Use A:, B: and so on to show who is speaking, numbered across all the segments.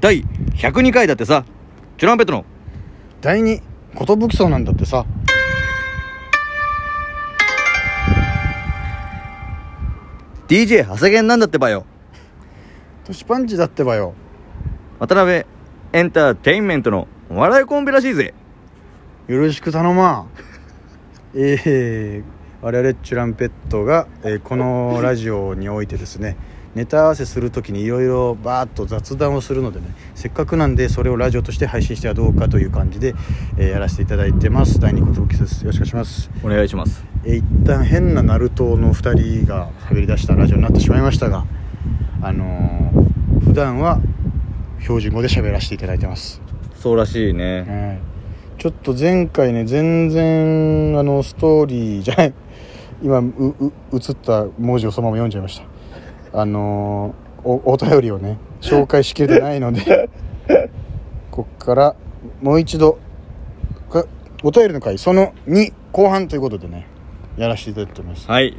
A: 第102回だってさチュランペットの
B: 第二ことぶきそうなんだってさ
A: 「DJ 長谷ンなんだってばよ
B: 年パンチだってばよ
A: 渡辺エンターテインメントのお笑いコンビらしいぜ
B: よろしく頼まん えー、我々チュランペットが、えーこのラジオにおいてですねネタ合わせするときにいろいろバーッと雑談をするのでねせっかくなんでそれをラジオとして配信してはどうかという感じで、えーやらせていただいてます第二ことぶきですよろしくお願いします
A: お願いします
B: えー一旦変なナルトの2人が喋り出したラジオになってしまいましたがあのー普段は標準語で喋らせていただいてます、
A: そうらしいね
B: はい、ちょっと前回ね全然あのストーリーじゃない今うう映った文字をそのまま読んじゃいましたあのーおお便りをね紹介しきれてないのでこっからもう一度かお便りの回その2後半ということでねやらせていただきたいと思います
A: はい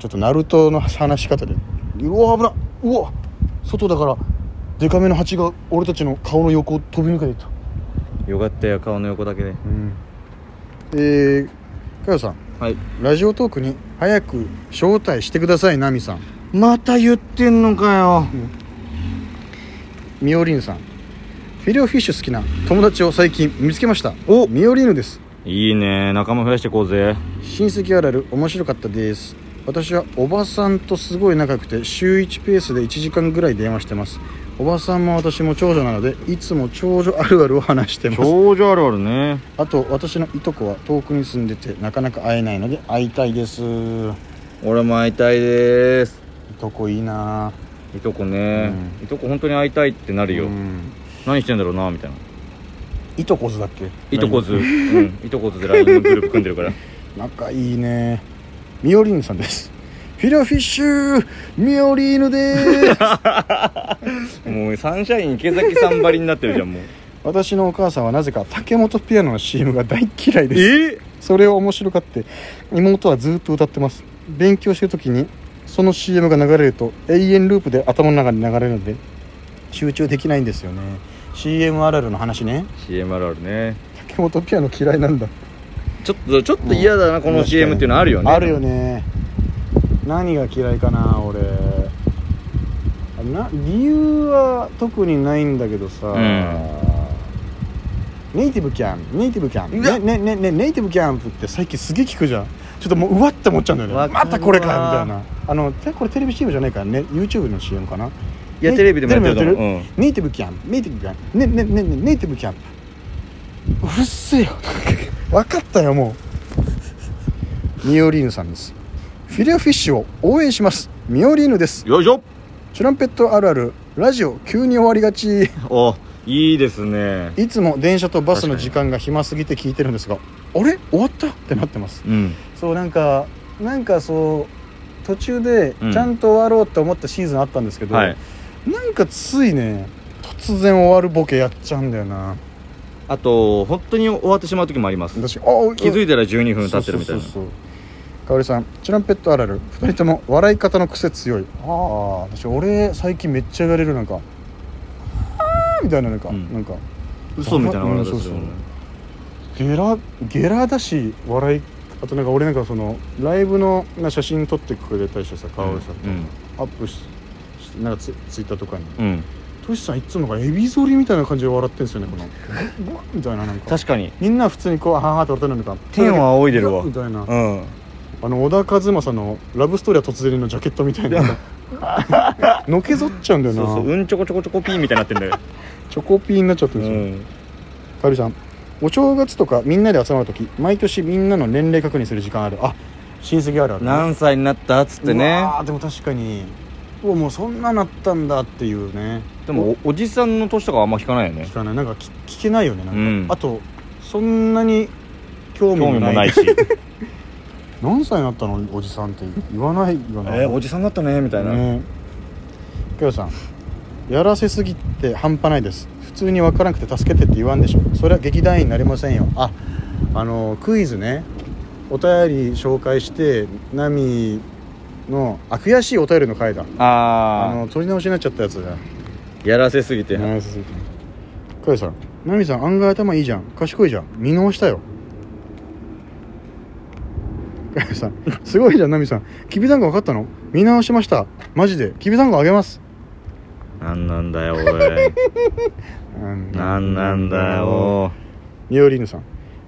B: ちょっとナルトの話し方でうわ危なうわ外だからデカめの蜂が俺たちの顔の横を飛び抜けていった
A: よかったよ顔の横だけで
B: うんえー、かよさん
A: はい
B: ラジオトークに早く招待してくださいナミさん
A: また言ってんのかよ
B: ミオリーヌさんフィレオフィッシュ好きな友達を最近見つけました
A: お
B: ミオリーヌです
A: いいね仲間増やしてこうぜ
B: 親戚あるある面白かったです私はおばさんとすごい仲良くて週1ペースで1時間ぐらい電話してますおばさんも私も長女なのでいつも長女あるあるを話してます
A: 長女あるあるね
B: あと私のいとこは遠くに住んでてなかなか会えないので会いたいですい
A: 俺も会いたいです
B: とこいいない
A: とこね、いとこ本当に会いたいってなるよ、
B: うん
A: 何してんだろうなみたいない
B: とこずだっけ
A: いとこず、うん、いとこずで LINE のグループ組んでるから
B: 仲いいねミオリーヌさんですフィラフィッシュミオリーヌです
A: もうサンシャイン池崎さんばりになってるじゃんもう
B: 私のお母さんはなぜか竹本ピアノの CM が大嫌いです
A: え
B: それを面白かって妹はずっと歌ってます勉強してる時にその CM が流れると永遠ループで頭の中に流れるので集中できないんですよね CMRR の話ね
A: CM あるあるね
B: 竹本ピアノ嫌いなんだ
A: ちょっとちょっと嫌だな、この CM っていうのあるよね
B: あるよね何が嫌いかな俺な理由は特にないんだけどさ、
A: うん
B: ネイティブキャンプネイティブキャンプ
A: うわ
B: ねねねねネイティブキャンプって最近すげえ聞くじゃんちょっともううわって思っちゃうんだよ
A: わ
B: ね
A: かるわ
B: またこれかみたいなあのてこれテレビ CM じゃないからね YouTube の CM かない
A: やテレビでもやってると思う
B: テレビもやってるネイティブキャンプネイティブキャンプねねねねネイティブキャンプうるせえよ 分かったよもうミオリーヌさんですフィレオフィッシュを応援しますミオリーヌです
A: よいしょ
B: チュランペットあるあるラジオ急に終わりがち
A: おいいですね
B: いつも電車とバスの時間が暇すぎて聞いてるんですがあれ終わったってなってます
A: うん
B: そうなんかなんかそう途中で
A: うん
B: ちゃんと終わろうって思ったシーズンあったんですけど、
A: はい
B: なんかついね突然終わるボケやっちゃうんだよな
A: あと本当に終わってしまう時もあります
B: 私ああ
A: 気づい
B: て
A: たら12分経ってるみたいな
B: そうそうそうかおりさんチュランペットあるある2人とも笑い方の癖強いああ私俺最近めっちゃ言われるなんか「ああ」みたいななんか、
A: うん
B: なんか
A: 嘘みたいな
B: うん
A: 話
B: そう
A: です
B: そう
A: よね
B: ゲラゲラだし笑いあとなんか俺なんかそのライブのな写真撮ってくれたりしてさかおりさん
A: う
B: と、
A: ん
B: アップししてなんかツツイッターとかに
A: うん
B: トシさんいつもなんかエビ反りみたいな感じで笑ってんですよね この「ブワッ」みたいななんか
A: 確かに
B: みんな普通にこう「はんはん」って笑ってるのか
A: 天を仰いでるわ
B: みたい
A: う
B: な
A: ん
B: あの小田和正の「ラブストーリーは突然」のジャケットみたいな のけぞっちゃうんだよ
A: そ
B: な
A: うそううんちょこちょこちょこピーみたいになってんだ よ
B: チョコピーになっちゃって
A: う
B: るんですよ、
A: ん
B: かおりさんお正月とかみんなで集まる時毎年みんなの年齢確認する時間あるあ親戚あるある
A: 何歳になったっつって
B: う
A: ね
B: わーでも確かにうわもうそんななったんだっていうね
A: でもおおじさんの年とかはあんま聞かないよね
B: 聞かないなんか聞聞けないよねなんか、
A: うん
B: あとそんなに興味
A: 興
B: も
A: 味
B: な
A: も
B: い
A: ないし
B: 何歳になったのおじさんって言わないよな
A: えーおじさんだったねみたいな、
B: ねきょうさんやらせすぎて半端ないです普通に分からなくて助けてって言わんでしょそれは劇団員になれませんよああのクイズねお便り紹介してナミのあ悔しいお便りの回だあ
A: あ
B: の取り直しになっちゃったやつだ
A: やらせすぎて、
B: ナイススイカカイさんナミさん案外頭いいじゃん賢いじゃん見直したよカイさんすごいじゃんナミさんきびだんご分かったの見直しましたマジできびだんごあげます
A: なんなんだよ お
B: なん
A: いなんなんだよ
B: ミオリーヌさん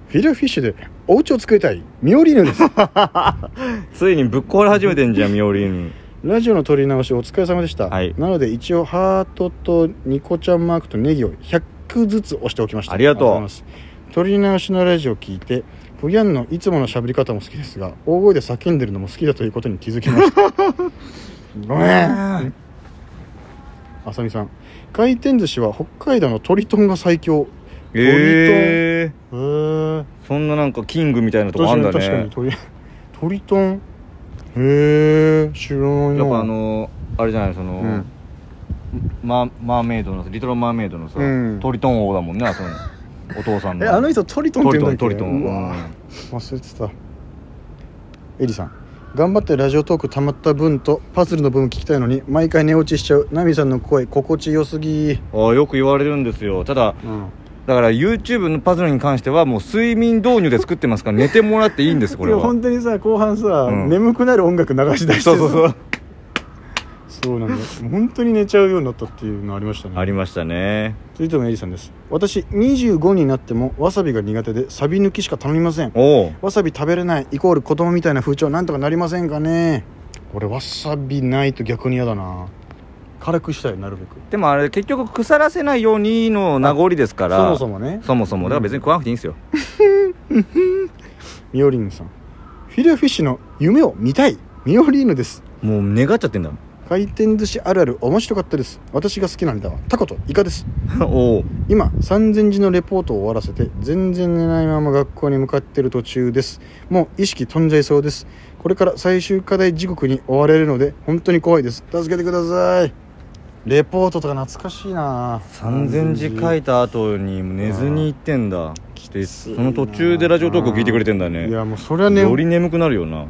B: フィルフィッシュでお家を作りたいミオリーヌです
A: ついにぶっ壊れ始めてんじゃんミオリン
B: ラジオの撮り直しお疲れ様でした、
A: はい
B: なので一応ハートとニコちゃんマークとネギを100ずつ押しておきました
A: ありがとう
B: ございます撮り直しのラジオを聞いてフギャンのいつもの喋り方も好きですが大声で叫んでるのも好きだということに気づきました ごめんあさみさん回転寿司は北海道のトリトンが最強へ
A: ええ
B: えー
A: ー、そんななんかキングみたいなと
B: 確
A: こ
B: か
A: あんだ
B: に
A: ね
B: 確かに鳥鳥トンへえ知らないな
A: やっぱあのあれじゃないその、
B: うん
A: ママーメイドのリトルマーメイドのさ、
B: うん
A: トリトン王だもんねあそこのお父さんの
B: えあの人トリトンっ
A: ト
B: て
A: リ
B: 言
A: トント
B: うんだっけ
A: リトン
B: うわ忘れてたエリさん頑張ってラジオトーク溜まった分とパズルの分聞きたいのに毎回寝落ちしちゃうナミさんの声心地よすぎ
A: うんあよく言われるんですよただ
B: うん
A: だから YouTube のパズルに関してはもう睡眠導入で作ってますから寝てもらっていいんですこれは
B: 本当にさ後半さ、
A: ん
B: 眠くなる音楽流し出してさ
A: そうそうそう
B: そうなんだよ本当に寝ちゃうようになったっていうのありましたね
A: ありましたね
B: 続いてもエリさんです私25になってもわさびが苦手でサビ抜きしか頼みません
A: おお
B: わさび食べれないイコール子供みたいな風潮なんとかなりませんかね俺わさびないと逆に嫌だな軽くしたいなるべく
A: でもあれ結局腐らせないようにの名残ですから
B: そもそもね
A: そもそもだから別に食わなくていいんですよ
B: ミオリーヌさんフィレフィッシュの夢を見たいミオリーヌです
A: もう願っちゃってんだもん
B: 回転寿司あるある面白かったです私が好きなネタはタコとイカです
A: おお
B: 今3000字のレポートを終わらせて全然寝ないまま学校に向かっている途中ですもう意識飛んじゃいそうですこれから最終課題時刻に追われるので本当に怖いです助けてくださいレポートとか懐かしいな
A: 3000字書いた後に寝ずに行ってんだで
B: ついな
A: その途中でラジオトークを聞いてくれてんだね
B: いやもうそれはね
A: より眠くなるよな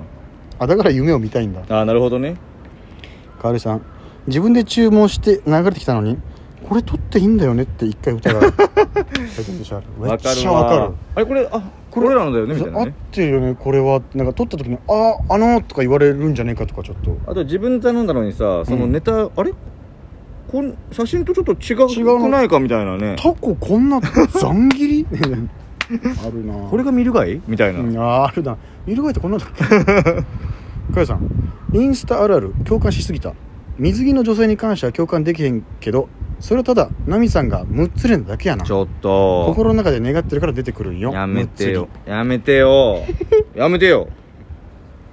B: あだから夢を見たいんだ
A: あーなるほどね
B: カールさん自分で注文して流れてきたのにこれ取っていいんだよねって一回歌 がめっちゃ
A: わかる
B: わか
A: わ
B: る
A: あれこれあこれらのだよねみたいな
B: 合っ
A: ね
B: てるよねこれはなんか撮った時に「あああの」とか言われるんじゃねえかとかちょっと
A: あと自分で頼んだのにさそのネタ、あれこん写真とちょっと違
B: 違
A: う
B: うの
A: くないかみたいなね
B: タコこんなざ ん切りあるな
A: これが見るがいみたいな、
B: うんあーあるな見るがいってこんなんだっけかやさんインスタあるある共感しすぎた水着の女性に関しては共感できへんけどそれはただナミさんがむっつれんだけやな
A: ちょっと
B: 心の中で願ってるから出てくるんよ
A: やめてよやめて よやめてよ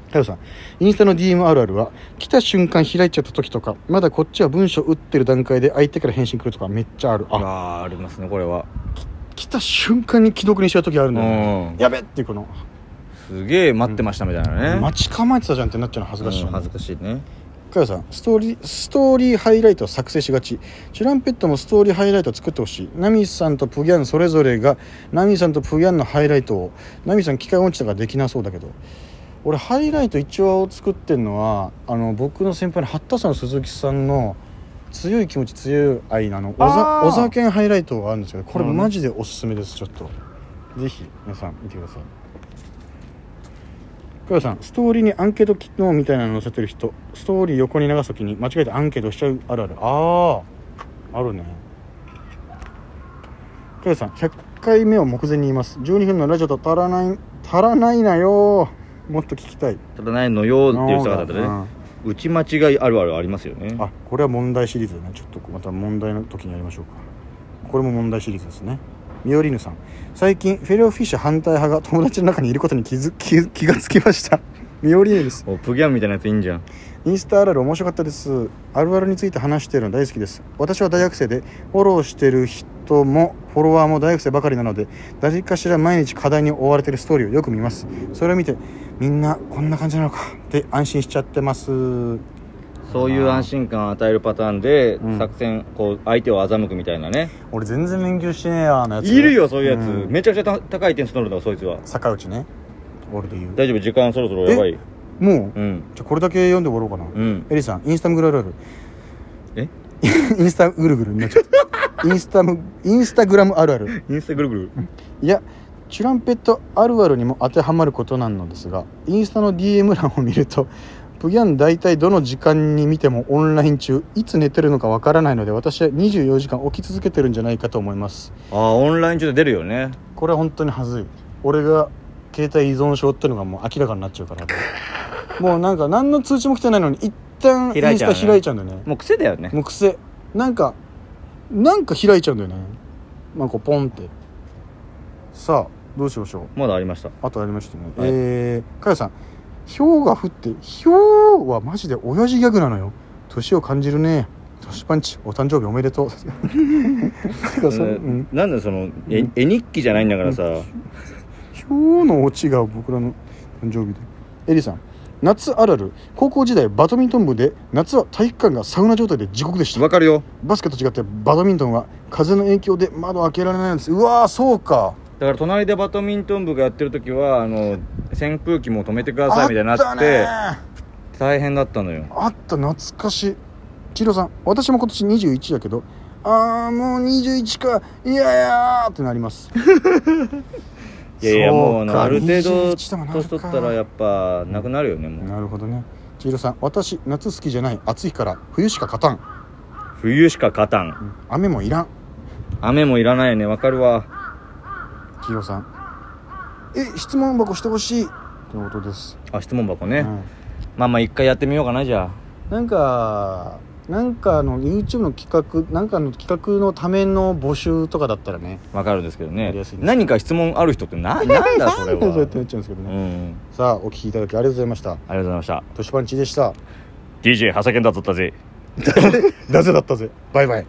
B: 太陽さんインスタの DM あるあるは来た瞬間開いちゃった時とかまだこっちは文章打ってる段階で相手から返信来るとかめっちゃある
A: あ
B: あ
A: あーありますねこれは
B: 来た瞬間に既読にしちゃう時あるん
A: う
B: だよ、ね
A: ん
B: やべっていうこの
A: すげえ待ってましたみたいなね、
B: 待ち構えてたじゃんってなっちゃうの恥
A: 恥
B: ずかしいよね、
A: 恥ずかしいね
B: かよさんストーリーストーリーハイライトを作成しがちチュランペットもストーリーハイライトを作ってほしいナミさんとプギャンそれぞれがナミさんとプギャンのハイライトをナミさん機械音痴だからできなそうだけど俺ハイライト一応作ってるのはあの僕の先輩の八田さんの鈴木さんの強い気持ち強い愛なの小
A: あ
B: ざ
A: ー
B: 小沢健ハイライトがあるんですけどこれ
A: なるほどね
B: マジでおすすめですちょっとぜひ皆さん見てください加藤さんストーリーにアンケート機能みたいなの載せてる人ストーリー横に流すときに間違えてアンケートしちゃうあるあるあああるね加藤さん100回目を目前に言います12分のラジオと足らない足らないなよもっと聞きたい
A: ただないのよっていう人がだったらね、打ち間違いあるあるありますよね
B: うんあこれは問題シリーズだねちょっとまた問題の時にやりましょうかこれも問題シリーズですねミオリーヌさん最近フェローフィッシュ反対派が友達の中にいることに気づ気気がつきました ミオリーヌです
A: おプギャンみたいなやついいんじゃん
B: インスタあるある面白かったですあるあるについて話しているの大好きです私は大学生でフォローしてる人もフォロワーも大学生ばかりなので誰かしら毎日課題に追われてるストーリーをよく見ますそれを見てみんなこんな感じなのかって安心しちゃってます
A: そういう安心感を与えるパターンで
B: うん
A: 作戦こう相手を欺くみたいなね、
B: 俺全然勉強してねえやのやつ
A: いるよそういうやつ、
B: ん
A: めちゃくちゃた高い点数取るんだそいつは
B: 坂内ね俺で言う
A: 大丈夫時間そろそろやばい
B: も
A: う
B: う
A: ん
B: じゃあこれだけ読んで終わろうかな
A: うん
B: エリさんインスタグラルある
A: え
B: インスタぐるぐるになっち ゃったインスタムインスタグラムあるある
A: インスタぐるぐる
B: いやチュランペットあるあるにも当てはまることなのですがインスタの DM 欄を見るとプギャン大体どの時間に見てもオンライン中いつ寝てるのかわからないので私は24時間起き続けてるんじゃないかと思います
A: ああオンライン中で出るよね
B: これは本当にはずい俺が携帯依存症っていうのがもう明らかになっちゃうからもうなんか何の通知も来てないのに一旦イ
A: 開い
B: ン
A: ちゃうね
B: スタ開いちゃうんだよね
A: もう癖だよね
B: もう癖なんかなんか開いちゃうんだよねなんかポンってさあどうしましょう
A: まだありました
B: あとありましたね、
A: はい
B: えー、かよさん「ひょうが降ってひょうはマジで親父ギャグなのよ年を感じるね年パンチお誕生日おめ でとう」てかそのうん
A: なんでそのえ絵日記じゃないんだからさ
B: ひょうのオチが僕らの誕生日でエリさん夏あるある高校時代バドミントン部で夏は体育館がサウナ状態で地獄でした
A: わかるよ
B: バスケと違ってバドミントンは風の影響で窓開けられないんですうわーそうか
A: だから隣でバドミントン部がやってる時はあの扇風機も止めてくださいみたいにな
B: あ
A: っ
B: った
A: て
B: ね
A: 大変だったのよ
B: あった懐かしい千尋さん私も今年21だけどああもう21かいやいやーってなります
A: いやいや
B: そう
A: も
B: か
A: うある程度
B: 21だもんな
A: 年取ったらやっぱなくなるよねもう
B: なるほどね千尋さん私夏好きじゃない暑いから冬しか勝たん
A: 冬しか勝たん
B: 雨もいらん
A: 雨もいらないよねわかるわ
B: 千尋さんえ質問箱してほしいということです
A: あ質問箱ね、
B: うん
A: まあまあ一回やってみようかなじゃ
B: なんかなんかの YouTube の企画なんかの企画のための募集とかだったらね
A: あわかるんですけど
B: や
A: ね
B: りやすいです
A: 何か質問ある人ってななんだそれ
B: そうや
A: は
B: ってなっちゃうんですけど
A: う
B: ね、
A: ん
B: さあお聞きいただきありがとうございました
A: ありがとうございました
B: トシパンチでした
A: DJ 長谷健だったぜ
B: なぜだったぜバイバイ